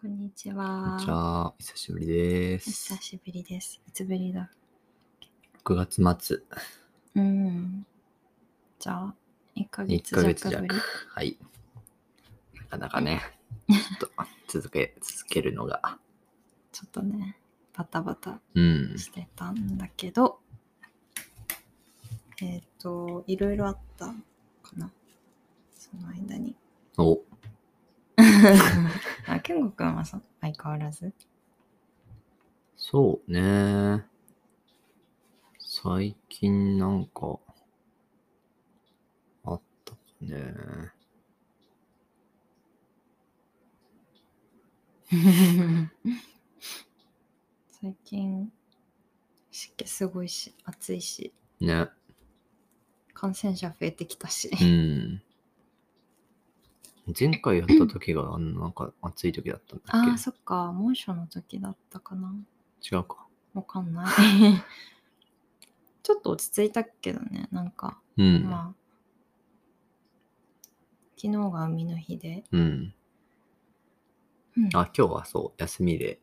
こんにちこんは。にちは。久しぶりでおす久。しぶりです。いつぶりだ。 6月末、うん。じゃあ、1ヶ1月ヶ弱ぶり。月弱。はい。なかなかね、ちょっと続け、続けるのが、ちょっとね、バタバタ うん。してたんだけど、えっ、と、いろいろあったかな。その間に。お、あ、ケンゴくんはそ相変わら ずそうね。最近なんか、あったかね。最近、湿気すごいし、暑いし、ね。感染者増えてきたし。うん。前回やった時が、あの、なんか暑い時だったんあだあ、っそっか、猛暑の時だったかな。け違うか。わかんない。ちょっと落ち着いたけどね、なんか、うん。まあ、昨日が海の日で、うん。うんあ、今日はそう、休みで、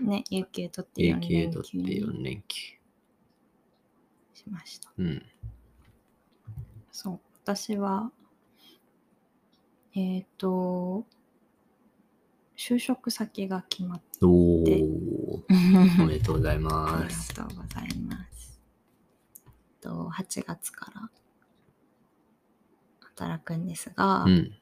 ね、有給取って有4給連取休ってに4連休。しました。うん。そう、私は、えっ、と、就職先が決まっ おでー、て、おめでとうございあまりす。がとうございます。えっと8月から働くんですが、うん。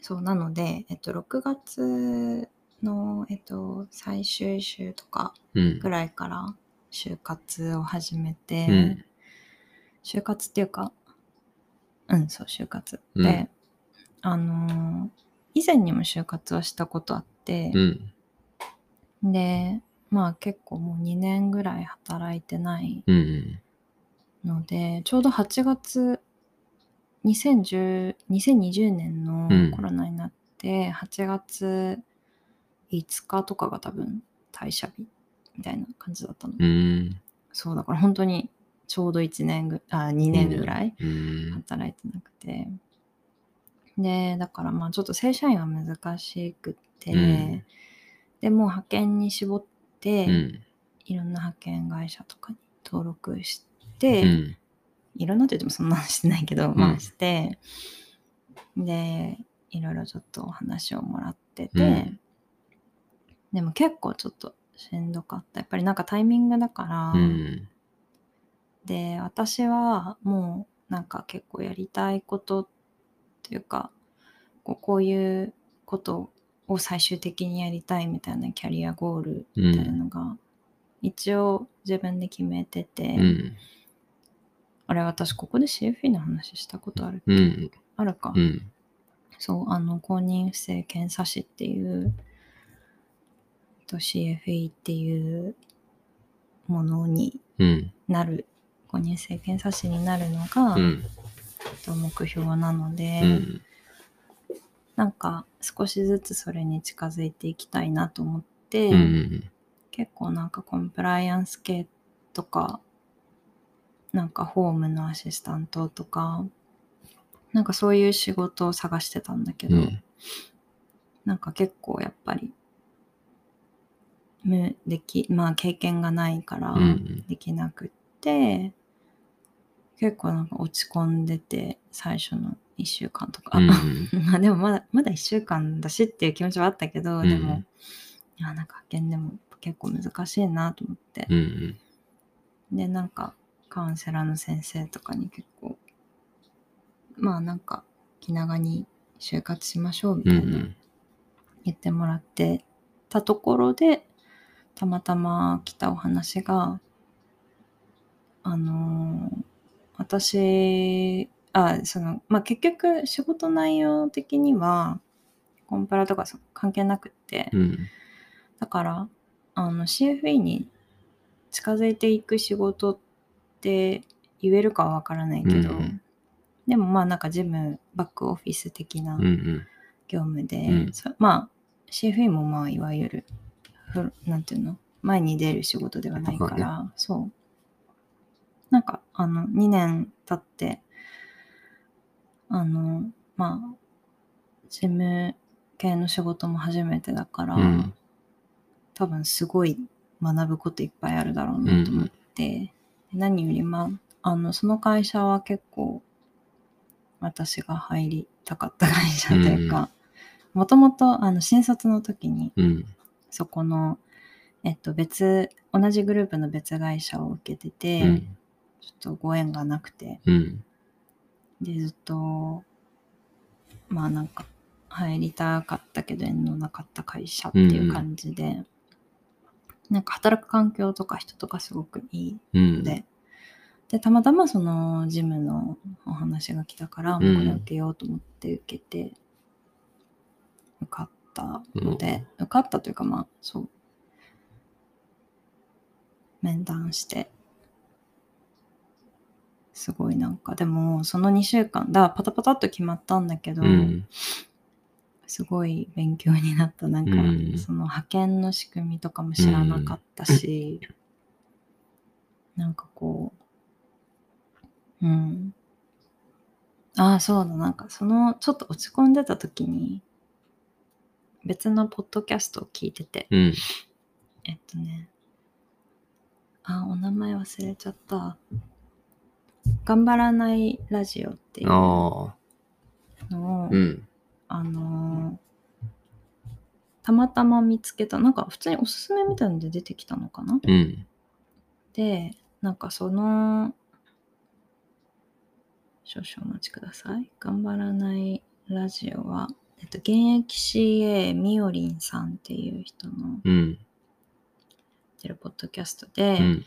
そうなので、えっと、6月の、えっと、最終週とかうんぐ。らいから就活を始めて、うん就活っていうかうんそう就活うんで、あのー以前にも就活をしたことあってう、ん。でまあ結構もう2年ぐらい働いてないうん。のでちょうど8月2010 2020年のうんコロナになって、8月5日とかが多分退社日みたいな感じだったの、うん。そうだから本当にちょうど1年ぐあ2年ぐらいうん。働いてなくてでだからまあちょっと正社員は難しくて、うんでもう派遣に絞って、うん。いろんな派遣会社とかに登録して、うん。いろんなと言ってもそんなのしてないけど、んまあして、で、いろいろちょっとお話をもらってて、うんでも結構ちょっとしんどかった。やっぱりなんかタイミングだから、うん。で、私はもうなんか結構やりたいことっていうか、こうこういうことを最終的にやりたいみたいなキャリアゴールう。みたいなんのが、一応自分で決めてて、うん。あれ私ここで CFE の話したことある、うん。あるか、うん。そう、あの、公認不正検査士っていう、えっと CFE っていうものにうん。なる、公認不正検査士になるのが、うえっん。と目標なので、うん。なんか少しずつそれに近づいていきたいなと思って、うん。結構なんかコンプライアンス系とか、なんかホームのアシスタントとか、なんかそういう仕事を探してたんだけど、うん。なんか結構やっぱり、むでき、まあ経験がないからうんできなくって、結構なんか落ち込んでて、最初の1週間とか。うん。 まあでもまだ、まだ1週間だしっていう気持ちはあったけど、うんでも、いや、なんか派遣でも結構難しいなと思って。うん。で、なんかカウンセラーの先生とかに結構、まあなんか気長に就活しましょうみたういな。ん。言ってもらってたところでたまたま来たお話があのー私あその、まあ、結局仕事内容的にはコンプラとかそ関係なくってうん。だからあの CFE に近づいていく仕事って言えるかはわからないけど、うんでもまあなんか事務バックオフィス的な、うん。業務で、うんそまあ CFE もまあいわゆるふなんていうの前に出る仕事ではないから、そうなんかあの2年経ってあのまあ事務系の仕事も初めてだから、うん。多分すごい学ぶこといっぱいあるだろうなと思って、何より、まあ、あのその会社は結構私が入りたかった会社というかもともとあの新卒の時にうん。そこの、えっと、別同じグループの別会社を受けてて、うん。ちょっとご縁がなくてうん。でずっとまあなんか入りたかったけど縁のなかった会社っていう感じで、なんか働く環境とか人とかすごくいいうんの。で、でたまたまそのジムのお話が来たから、うんもうこれ受けようと思って受けて受かったので、受かったというかまあそう面談してすごいなんかでもその2週間だパタパタっと決まったんだけど、うん。すごい勉強になった。なんか、うんその派遣の仕組みとかも知らなかったし、なんかこう、うん。ああ、そうだ、なんかその、ちょっと落ち込んでた時に、別のポッドキャストを聞いてて、うん。えっとね、あー、お名前忘れちゃった。頑張らないラジオっていうのああ。を、うん。あのーたまたま見つけた、なんか普通におすすめみたいので出てきたのかなうん。で、なんかその、少々お待ちください。頑張らないラジオは、えっと、現役 CA みおりんさんっていう人のやうん。ってるポッドキャストで、うん。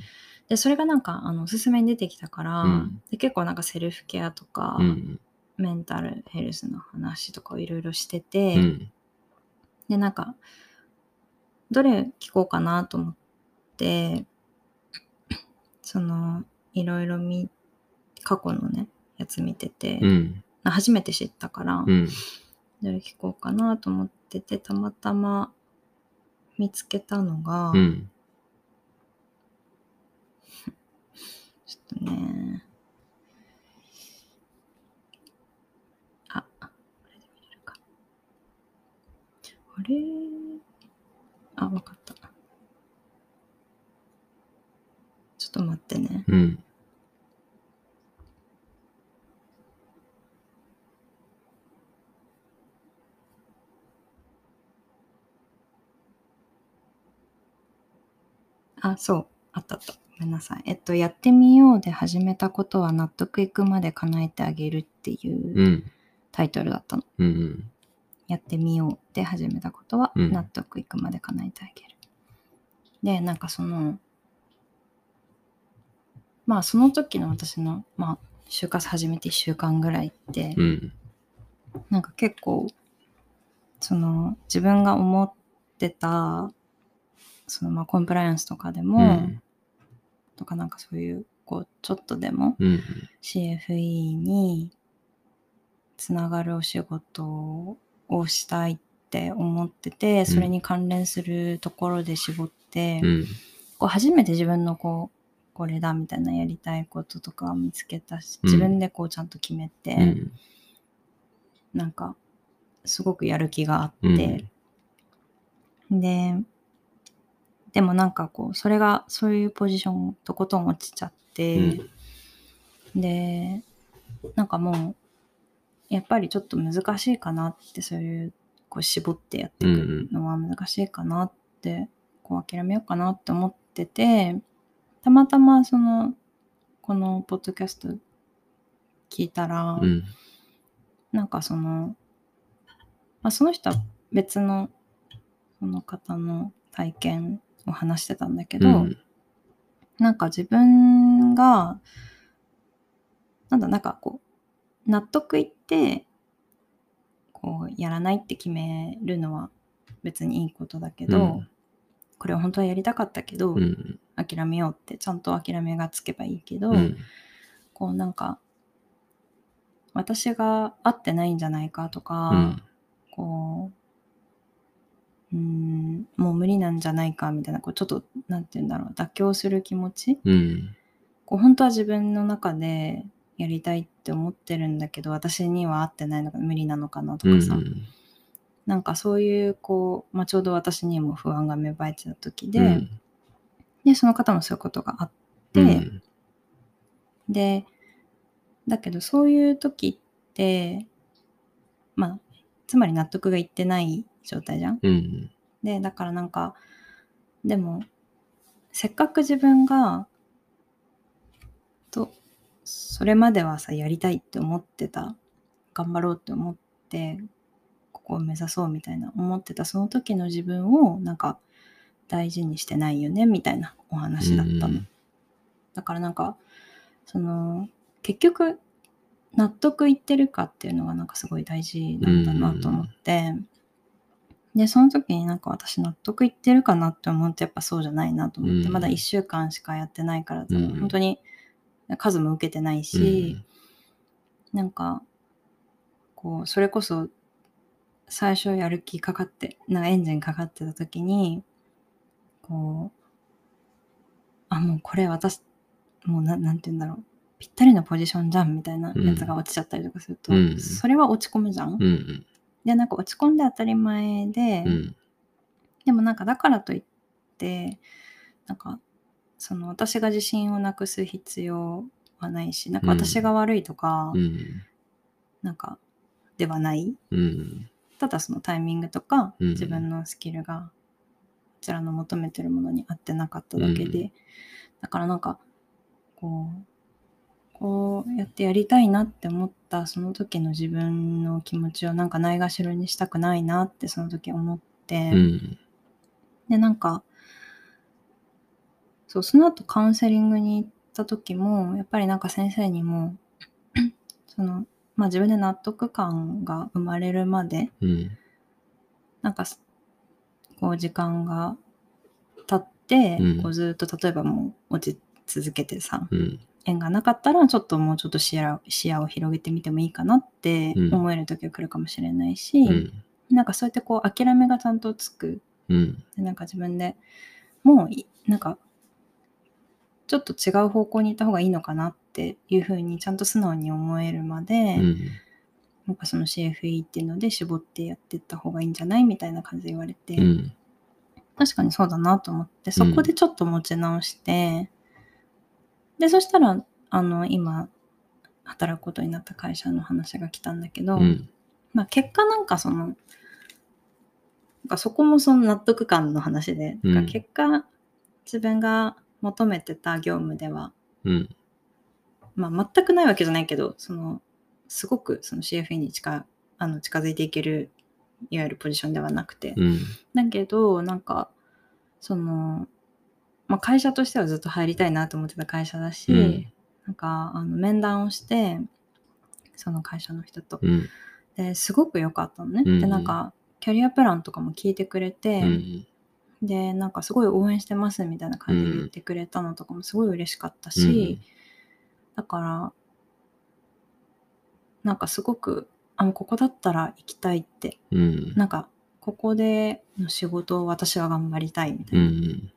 で、それがなんかあのおすすめに出てきたから、うんで結構なんかセルフケアとか、うん。メンタルヘルスの話とかをいろいろしてて、うん。でなんかどれ聞こうかなと思ってそのいろいろ見過去のねやつ見てて、うん。初めて知ったから、うん。どれ聞こうかなと思っててたまたま見つけたのが、うん。ちょっとねあこれで見れるかあれあわかったちょっと待ってねうん。あ、そう。あったあった。ごめんなさい。えっと、やってみようで始めたことは納得いくまで叶えてあげるっていうう。うんタイトルだったの。うん。やってみようで始めたことはうん納得いくまで叶えてあげる。で、なんかその、まあその時の私の、まあ、就活始めて1週間ぐらいって、うん。なんか結構、その自分が思ってた、そのまあコンプライアンスとかでも、うん。とかなんかそういうこうちょっとでもうん。 CFE につながるお仕事をしたいって思っててそれに関連するところで絞って、うん。こう初めて自分のこうこれだみたいなやりたいこととかを見つけたしうん自分でこうちゃんと決めて、うん。なんかすごくやる気があって。うん。で、でもなんかこう、それが、そういうポジションとことん落ちちゃって、で、なんかもう、やっぱりちょっと難しいかなって、そういう、こう絞ってやっていくのは難しいかなって、こう諦めようかなって思ってて、たまたまその、このポッドキャスト聞いたら、うん。なんかその、まあ、その人は別のその方の体験を話してたんだけど、なんか自分がなんだなんかこう納得いってこうやらないって決めるのは別にいいことだけど、これは本当はやりたかったけど、うん。諦めようってちゃんと諦めがつけばいいけど、うん。こうなんか私が合ってないんじゃないかとか、うん。こう、うーん、もう無理なんじゃないかみたいな、こうちょっと、なんて言うんだろう、妥協する気持ち。うん。こう本当は自分の中でやりたいって思ってるんだけど、私には合ってないのか、無理なのかなとかさ、なんかそういうこう、まあ、ちょうど私にも不安が芽生えてた時で,、うんでその方もそういうことがあって、うんでだけどそういう時ってまあつまり納得がいってない状態じゃん。うんでだからなんかでもせっかく自分がとそれまではさやりたいって思ってた頑張ろうって思ってここを目指そうみたいな思ってたその時の自分をなんか大事にしてないよねみたいなお話だったの。うんだからなんかその結局納得いってるかっていうのがなんかすごい大事なんだなと思って、でその時になんか私納得いってるかなって思ってやっぱそうじゃないなと思って、うんまだ1週間しかやってないから、うん本当に数も受けてないし、なんかこうそれこそ最初やる気かかってなんかエンジンかかってた時にこうあもうこれ私もうななんて言うんだろうぴったりのポジションじゃんみたいなやつが落ちちゃったりとかすると、うんそれは落ち込むじゃん。うんうんでなんか落ち込んで当たり前で、うんでもなんかだからといってなんかその私が自信をなくす必要はないしなんか私が悪いとか、うんなんかではないうんただそのタイミングとか、うん自分のスキルがこちらの求めてるものに合ってなかっただけで、うだからなんかこうこうやってやりたいなって思ったその時の自分の気持ちをなんかないがしろにしたくないなってその時思って、うんでなんかそうその後カウンセリングに行った時もやっぱりなんか先生にも その、まあ、自分で納得感が生まれるまでうんなんかすこう時間が経って、うんこうずっと例えばもう落ち続けてさうん縁がなかったらちょっともうちょっと視野視野を広げてみてもいいかなってうん思える時が来るかもしれないし、うんなんかそうやってこう諦めがちゃんとつくうんでなんか自分でもういなんかちょっと違う方向に行った方がいいのかなっていうふうにちゃんと素直に思えるまで、うんなんかその CFE っていうので絞ってやってった方がいいんじゃないみたいな感じで言われて、うん確かにそうだなと思ってそこでちょっと持ち直して、でそしたらあの今働くことになった会社の話が来たんだけど、うんまあ、結果なんかそのなんかそこもその納得感の話で、うんなんか結果自分が求めてた業務では、うんまあ、全くないわけじゃないけどそのすごくその CFE に近あの近づいていけるいわゆるポジションではなくて、うんだけどなんかその、まあ、会社としてはずっと入りたいなと思ってた会社だし、うんなんかあの面談をしてその会社の人と。うんですごく良かったのね。うんでなんかキャリアプランとかも聞いてくれて、うんでなんかすごい応援してますみたいな感じで言ってくれたのとかもすごい嬉しかったし、だからなんかすごくあのここだったら行きたいってうんなんかここでの仕事を私は頑張りたいみたいうな、ん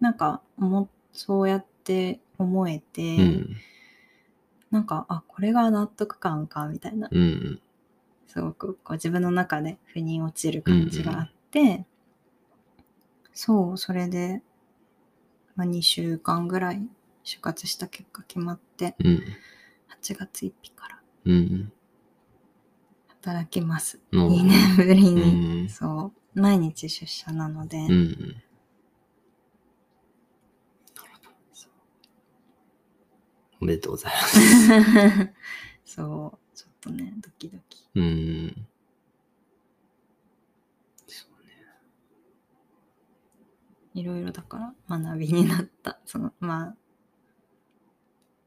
なんかもそうやって思えて、うんなんかあこれが納得感かみたいなうんすごくこう自分の中で腑に落ちる感じがあって、そうそれで、まあ、2週間ぐらい就活した結果決まってうん8月1日からうん働きますうん2年ぶりうに、んそう毎日出社なので、うんおめでとうございます。 そうちょっとねドキドキうん。そうね。いろいろだから学びになった そのまあ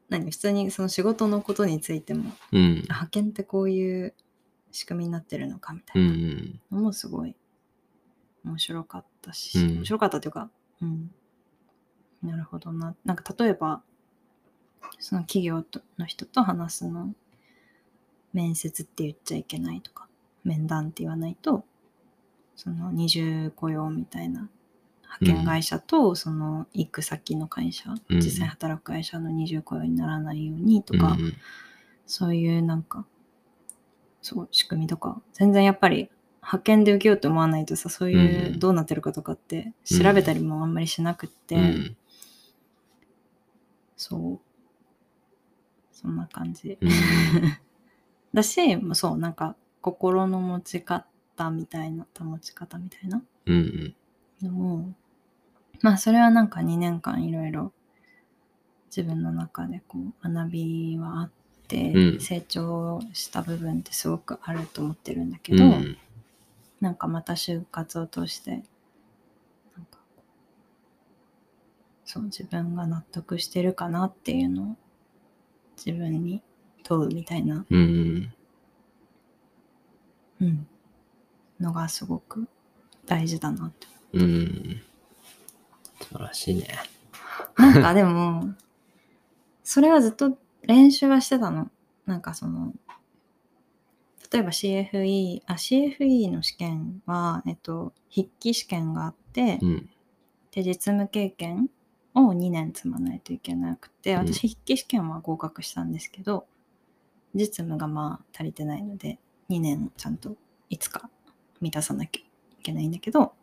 何普通にその仕事のことについてもうん。派遣ってこういう仕組みになってるのかみたう。いなんのもすごい面白かったし、うん面白かったというか、うん、なるほどななんか例えばその企業との人と話すの面接って言っちゃいけないとか面談って言わないとその二重雇用みたいな派遣会社とその行く先の会社、うん実際働く会社の二重雇用にならないようにとか、そういうなんか、そう、仕組みとか、全然やっぱり派遣で受けようと思わないとさそういうんうどうなってるかとかって調べたりもあんまりしなくって、うん。そうそんな感じうん。だしまあそうなんか心の持ち方みたいな保ち方みたいなうん。のをまあそれはなんか2年間いろいろ自分の中でこう学びはあって、うん成長した部分ってすごくあると思ってるんだ けうど、ん。なんかまた就活を通してなんかこうそう自分が納得してるかなっていうのを自分に問うみたいな、うん。うん、のがすごく大事だなって。うん。素晴らしいね。なんかでもそれはずっと練習はしてたの。なんかその例えば CFE あ CFE の試験は、えっと、筆記試験があって、うん。で実務経験を2年積まないといけなくてうん私筆記試験は合格したんですけど、実務がまあ足りてないので2年ちゃんといつか満たさなきゃいけないんだけど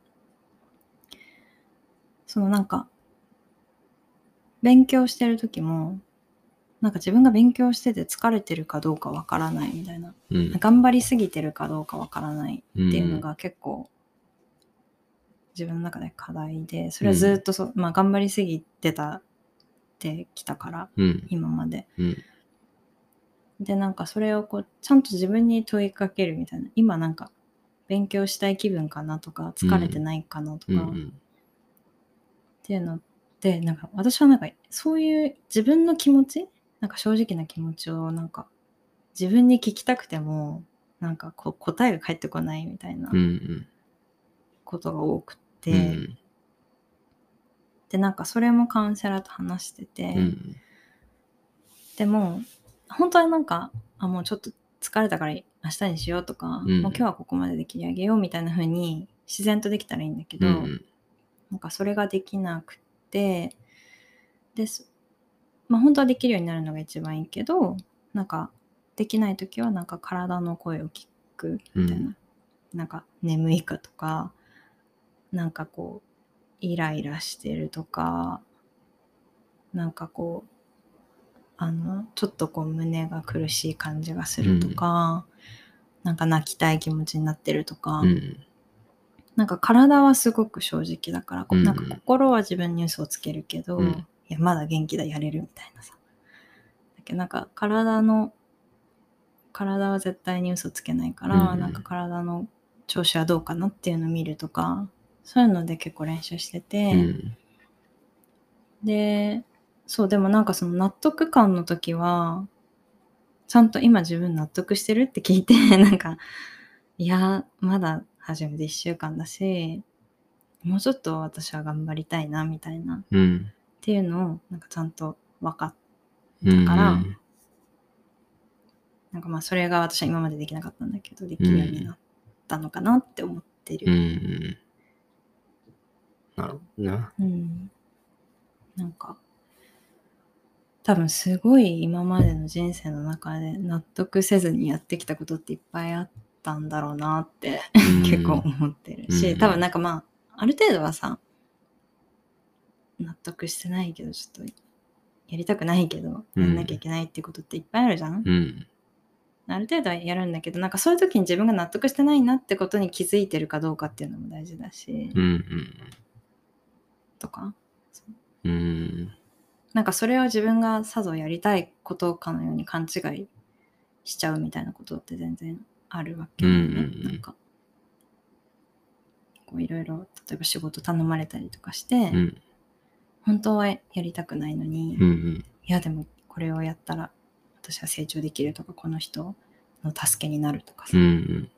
そのなんか勉強してる時もなんか自分が勉強してて疲れてるかどうかわからないみたいなうん。頑張りすぎてるかどうかわからないっっていうの。が結構自分の中で課題でそれはずっとそう、まあ、頑張りすぎてたってきたからうん。今までうん。でなんかそれをこうちゃんと自分に問いかけるみたいな今なんか勉強したい気分かなとか疲れてないかなとうかっん。ていうのってなんか私はなんかそういう自分の気持ちなんか正直な気持ちをなんか自分に聞きたくてもなんかこう答えが返ってこないみたいなうん。ことが多くって、うん。でなんかそれもカウンセラーと話してて、うん。でも本当はなんかあもうちょっと疲れたから明日にしようとか、うんもう今日はここまでで切り上げようみたいな風に自然とできたらいいんだけど、うん。なんかそれができなくてですまあ本当はできるようになるのが一番いいけどなんかできない時はなんか体の声を聞くみたいな、なんか眠いかとかなんかこうイライラしてるとかなんかこうあのちょっとこう胸が苦しい感じがするとか、なんか泣きたい気持ちになってるとか、うん。なんか体はすごく正直だから、こううんなんか心は自分に嘘をつけるけど、うんいや、まだ元気だ、やれるみたいなさ。だけどなんか体の、体は絶対に嘘つけないから、うんなんか体の調子はどうかなっていうのを見るとか、そういうので結構練習してて、うん。で、そう、でもなんかその納得感の時は、ちゃんと今自分納得してるって聞いて、 なんか、いや、まだ初めて1週間だし、もうちょっと私は頑張りたいな、みたいな、っうん。ていうのを、なんかちゃんと分かっだなんかまあそれが私は今までできなかったんだけど、できるようになったのかなって思ってうる。ん。なるほどな。うん。なんか、多分すごい今までの人生の中で納得せずにやってきたことっていっぱいあったんだろうなって結構思ってるし、うん多分なんかまあある程度はさ納得してないけどちょっとやりたくないけどうんやんなきゃいけないってことっていっぱいあるじゃん、うん。ある程度はやるんだけどなんかそういう時に自分が納得してないなってことに気づいてるかどうかっていうのも大事だし、うん。とかうん。なんかそれを自分がさぞやりたいことかのように勘違いしちゃうみたいなことって全然あるわけだよね、うんうんうんなんかこういろいろ例えば仕事頼まれたりとかして、うん。本当はやりたくないのに、ういん。やでもこれをやったら私は成長できるとかこの人の助けになるとかさ、うん。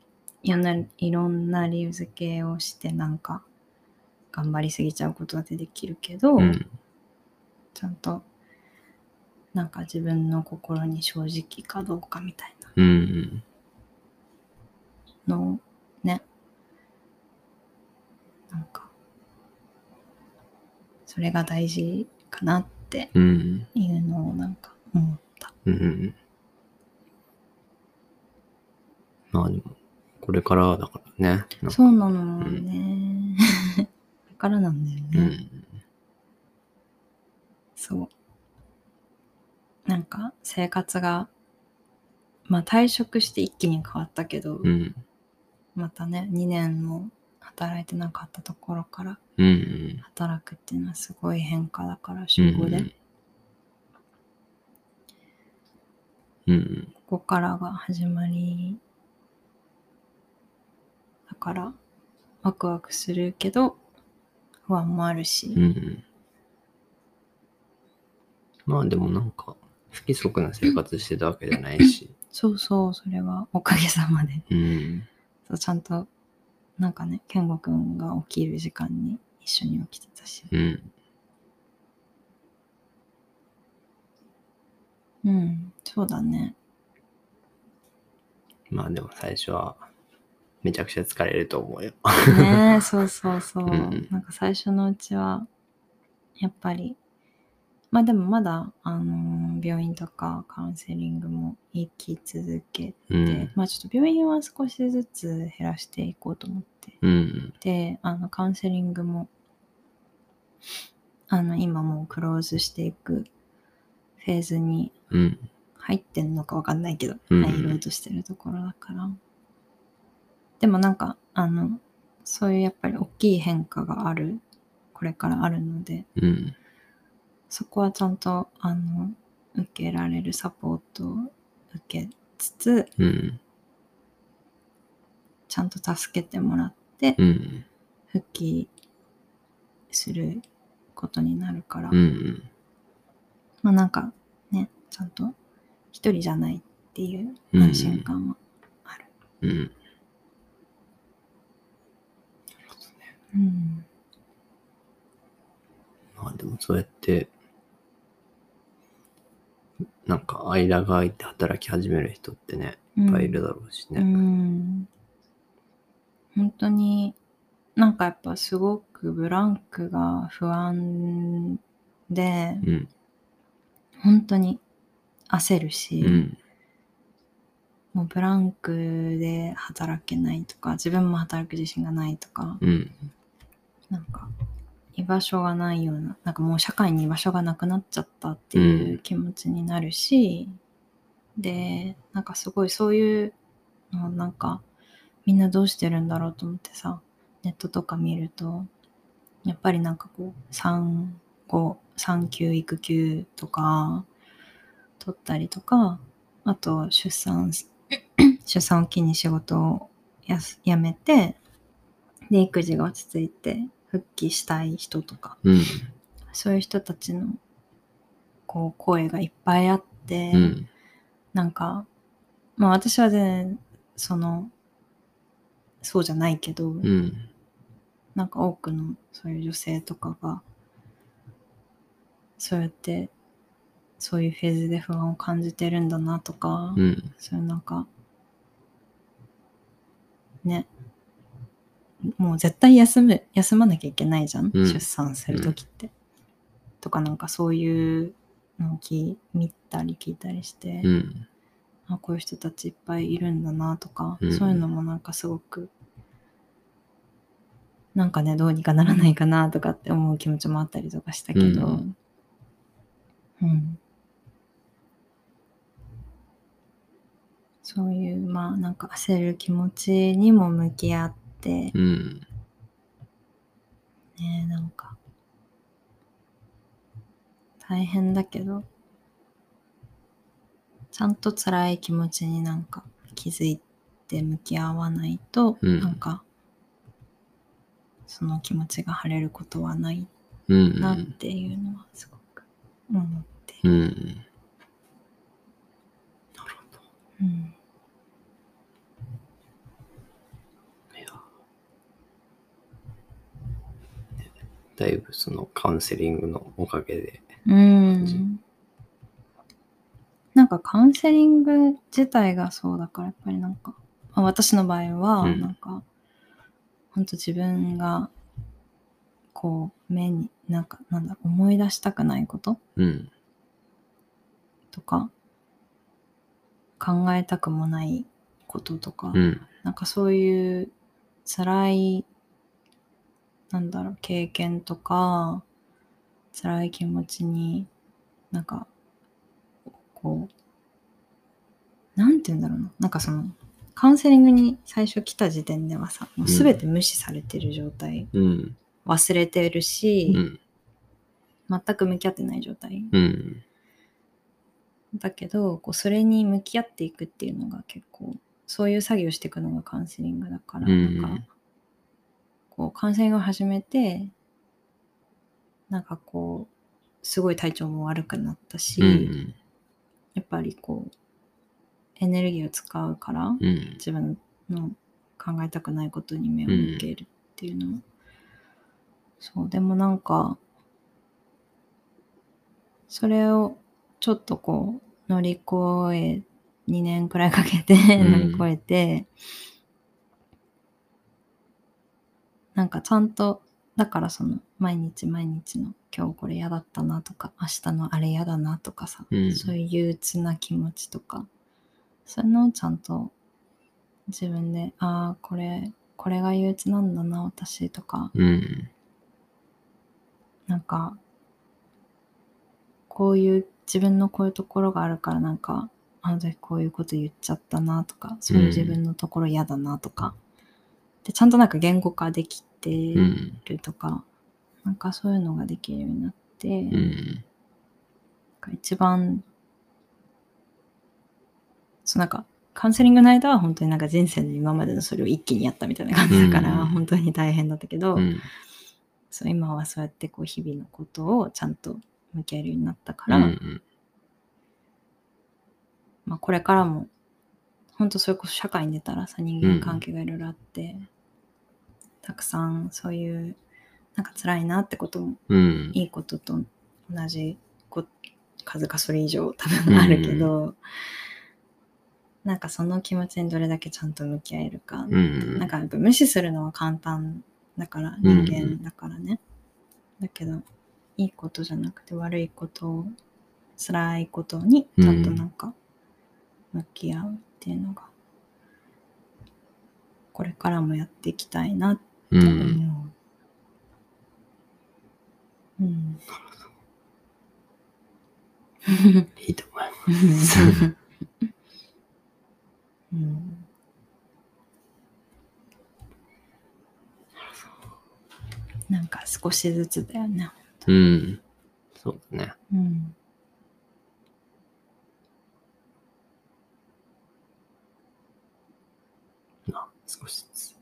いろんないろんな理由付けをしてなんか頑張りすぎちゃうことだってできるけど、うん。ちゃんとなんか自分の心に正直かどうかみたいうん。なのをねなんかそれが大事かなってうん。いうのをなんか思った。うん。まあでも、ここれからだからね。なんかそうなのよね。だ、からなんだよね。うん。そう。なんか生活が、まあ退職して一気に変わったけど、うん。またね、2年も働いてなかったところからうんうん。働くっていうのはすごい変化だから、集合で。うんうん。ここからが始まり。だから、ワクワクするけど、不安もあるし。うんうん。まあでもなんか、不規則な生活してたわけじゃないし。そうそう、それはおかげさまで。うん。そうちゃんと、なんかね、健吾くんが起きる時間に一緒に起きてたし。うん。うん、そうだね。まあでも最初は、めちゃくちゃ疲れると思うよ。ね え、そうそうそう。うんうんなんか最初のうちは、やっぱり、まあでもまだ、あのー病院とかカウンセリングも行き続けて、うん。まあちょっと病院は少しずつ減らしていこうと思って、うん。で、あの、カウンセリングも、あの、今もうクローズしていくフェーズにうん。入ってんのかわかんないけど、うん入ろうとしてるところだから。でもなんか、あの、そういうやっぱり大きい変化がある、これからあるので、うん。そこはちゃんと、あの、受けられるサポートを受けつつ、うん。ちゃんと助けてもらって、うん。復帰することになるから、うん。まあなんかね、ちゃんと一人じゃないっていう安心感はある。うん。うん。まあでもそうやって、なんか間が空いて働き始める人ってね、うんいっぱいいるだろうしうね。ん。本当になんかやっぱすごくブランクが不安で、うん。本当に焦るし、うん。もうブランクで働けないとか、自分も働く自信がないとか、うん。なんか居場所がないような、なんかもう社会に居場所がなくなっちゃったっていう気持ちになるし、で、なんかすごいそういうのをなんかみんなどうしてるんだろうと思ってさ、ネットとか見ると、やっぱりなんかこう、産後、産休育休とか、取ったりとか、あと出産 す、出産を機に仕事をやすやめて、で、育児が落ち着いて復帰したい人とか、うん。そういう人たちの、こう、声がいっぱいあって、うん。なんか、まあ私は全然、その、そうじゃないけど、うん。なんか多くのそういう女性とかがそうやってそういうフェーズで不安を感じてるんだなとか、うん。そういうなんかねもう絶対休む休まなきゃいけないじゃん、うん出産する時って、とかなんかそういうのを聞い見たり聞いたりして、うん。あこういう人たちいっぱいいるんだなとか、うんそういうのもなんかすごくなんかねどうにかならないかなとかって思う気持ちもあったりとかしたけど、ううんんそういうまあなんか焦る気持ちにも向き合ってうん。ねなんか大変だけどちゃんと辛い気持ちになんか気づいて向き合わないと、うんなんかその気持ちが晴れることはないうん。なっていうのはすごく思ってる、うん。なるほど。うんいやねだいぶそのカウンセリングのおかげで。うん、なんかカウンセリング自体がそうだからやっぱりなんか、まあ、私の場合はうんなんか、ほんと自分がこう目になんかなんだろう思い出したくないことうん。とか考えたくもないこととか、うん。なんかそういう辛い、なんだろう、経験とか、辛い気持ちに、なんか、こう、なんて言うんだろうな。なんかその、カウンセリングに最初来た時点ではさ、もう全て無視されてる状態、うん。忘れてるし、うん。全く向き合ってない状態。うん。だけど、こうそれに向き合っていくっていうのが結構、そういう作業していくのがカウンセリングだから、うんなんか、こう、カウンセリングを始めて、なんかこう、すごい体調も悪くなったし、うん。やっぱりこう、エネルギーを使うから、うん。自分の考えたくないことに目を向けるっていうのも、そうでもなんかそれをちょっとこう乗り越え2年くらいかけてん乗り越えて、なんかちゃんとだからその毎日毎日の今日これ嫌だったなとか明日のあれ嫌だなとかさ、うんそういう憂鬱な気持ちとかそういうのをちゃんと自分でああこれこれが憂鬱なんだな私とかうん。なんかこういう自分のこういうところがあるからなんかあの時こういうこと言っちゃったなとかそういう自分のところ嫌だなとか、でちゃんとなんか言語化できてうん。るとか、なんかそういうのができるようになって、うなんん。か一番そうなんかカウンセリングの間は本当になんか人生の今までのそれを一気にやったみたいな感じだから、うん本当に大変だったけど、うん。そう今はそうやってこう日々のことをちゃんと向き合えるようになったかうら、ん。まあ、これからも本当それこそ社会に出たらさ人間関係がいろいろあって、たくさんそういうなんか辛いなってこともうん。いいことと同じこ数かそれ以上多分あるけど、なんかその気持ちにどれだけちゃんと向き合えるか、うん。なんかやっぱ無視するのは簡単だからうん人間だからね、だけどいいことじゃなくて悪いことを辛いことにちゃんとなんか向き合うっていうのが、これからもやっていきたいなってうん。思う。うん。いいと思います。うん、なんか少しずつだよね。うん。そうだね。うん。な少しずつ。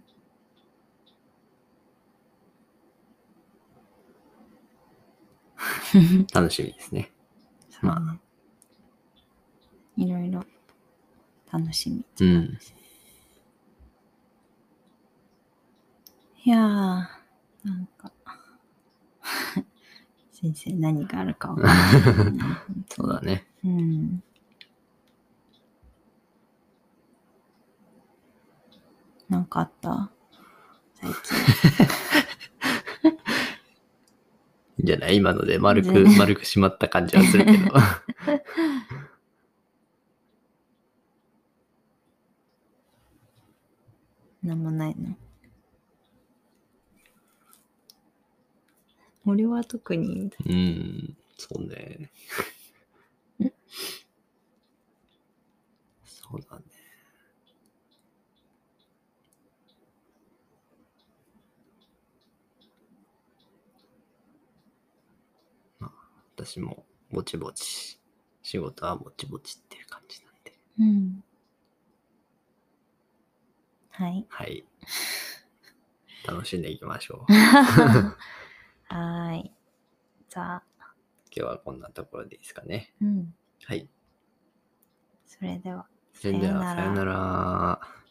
楽しみですね。まあそうねいろいろ楽しみ。うん。いやー、なんか、人生何があるかわからないね。 そうだね。うん。なんかあった最いいんじゃない今ので丸く、ね丸く締まった感じはするけど。近。なんもないの。俺は特に、うん。そうね。そうだね。まあ、私もぼちぼち。仕事はぼちぼちっていう感じなんで。うん。はい。 はい。楽しんでいきましょ う。はーい。じゃあ、今日はこんなところでいいですかね。うん。はい。それでは。それでは、ささよよななら。